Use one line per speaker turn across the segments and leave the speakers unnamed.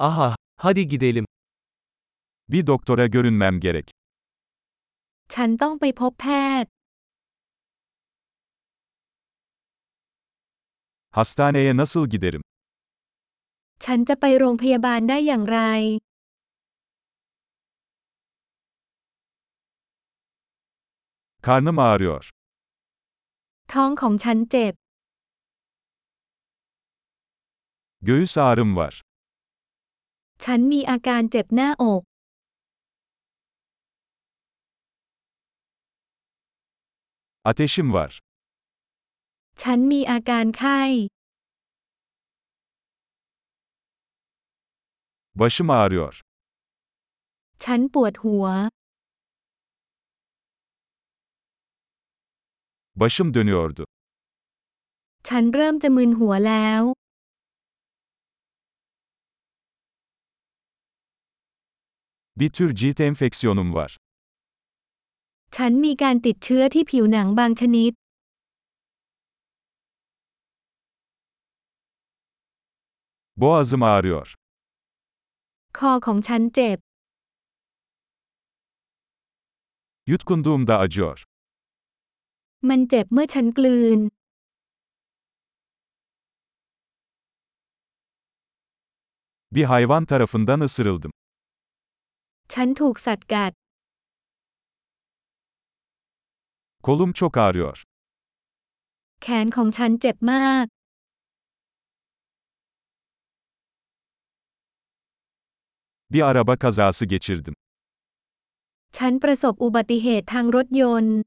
Aha, hadi gidelim.
Bir doktora görünmem gerek.
ฉันต้องไปพบแพทย์
Hastaneye nasıl giderim?
ฉันจะไปโรงพยาบาลได้อย่างไร
Karnım ağrıyor.
ท้องของฉันเจ็บ
Göğüs ağrım var.
ฉันมีอาการเจ็บหน้าอก
Ateşim var.
ฉันมีอาการไข้
Başım ağrıyor.
ฉันปวดหัว
Başım dönüyordu.
ฉันเริ่มจะมึนหัวแล้ว
Bir tür cilt enfeksiyonum var.
ฉันมีการติดเชื้อที่ผิวหนังบางชนิด
Boğazım ağrıyor.
คอของฉันเจ็บ
Yutkunduğumda acıyor.
มันเจ็บเมื่อฉันกลืน
Bir hayvan tarafından ısırıldım.
ฉันถูกสัตว์กัด
Kolum çok ağrıyor.
แขนของฉันเจ็บมาก
Bir araba kazası geçirdim.
ฉันประสบอุบัติเหตุทางรถยนต์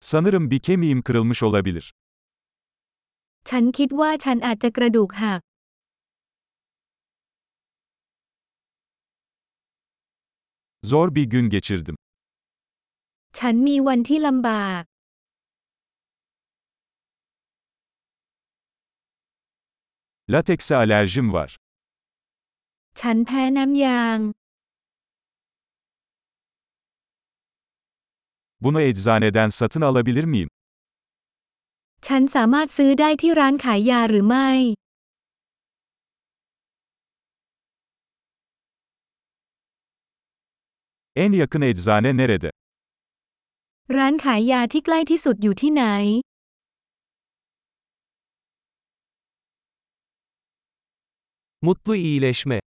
Sanırım bir kemiğim kırılmış olabilir.
ฉันคิดว่าฉันอาจจะกระดูกหัก
Zor bir gün geçirdim.
ฉันมีวันที่ลำบาก
Latekse alerjim var.
ฉันแพ้น้ำยาง
Bunu eczaneden satın alabilir miyim?
ฉันสามารถซื้อได้ที่ร้านขายยาหรือไม่
En yakın eczane nerede?
ร้านขายยาที่ใกล้ที่สุดอยู่ที่ไหน
Mutlu iyileşme.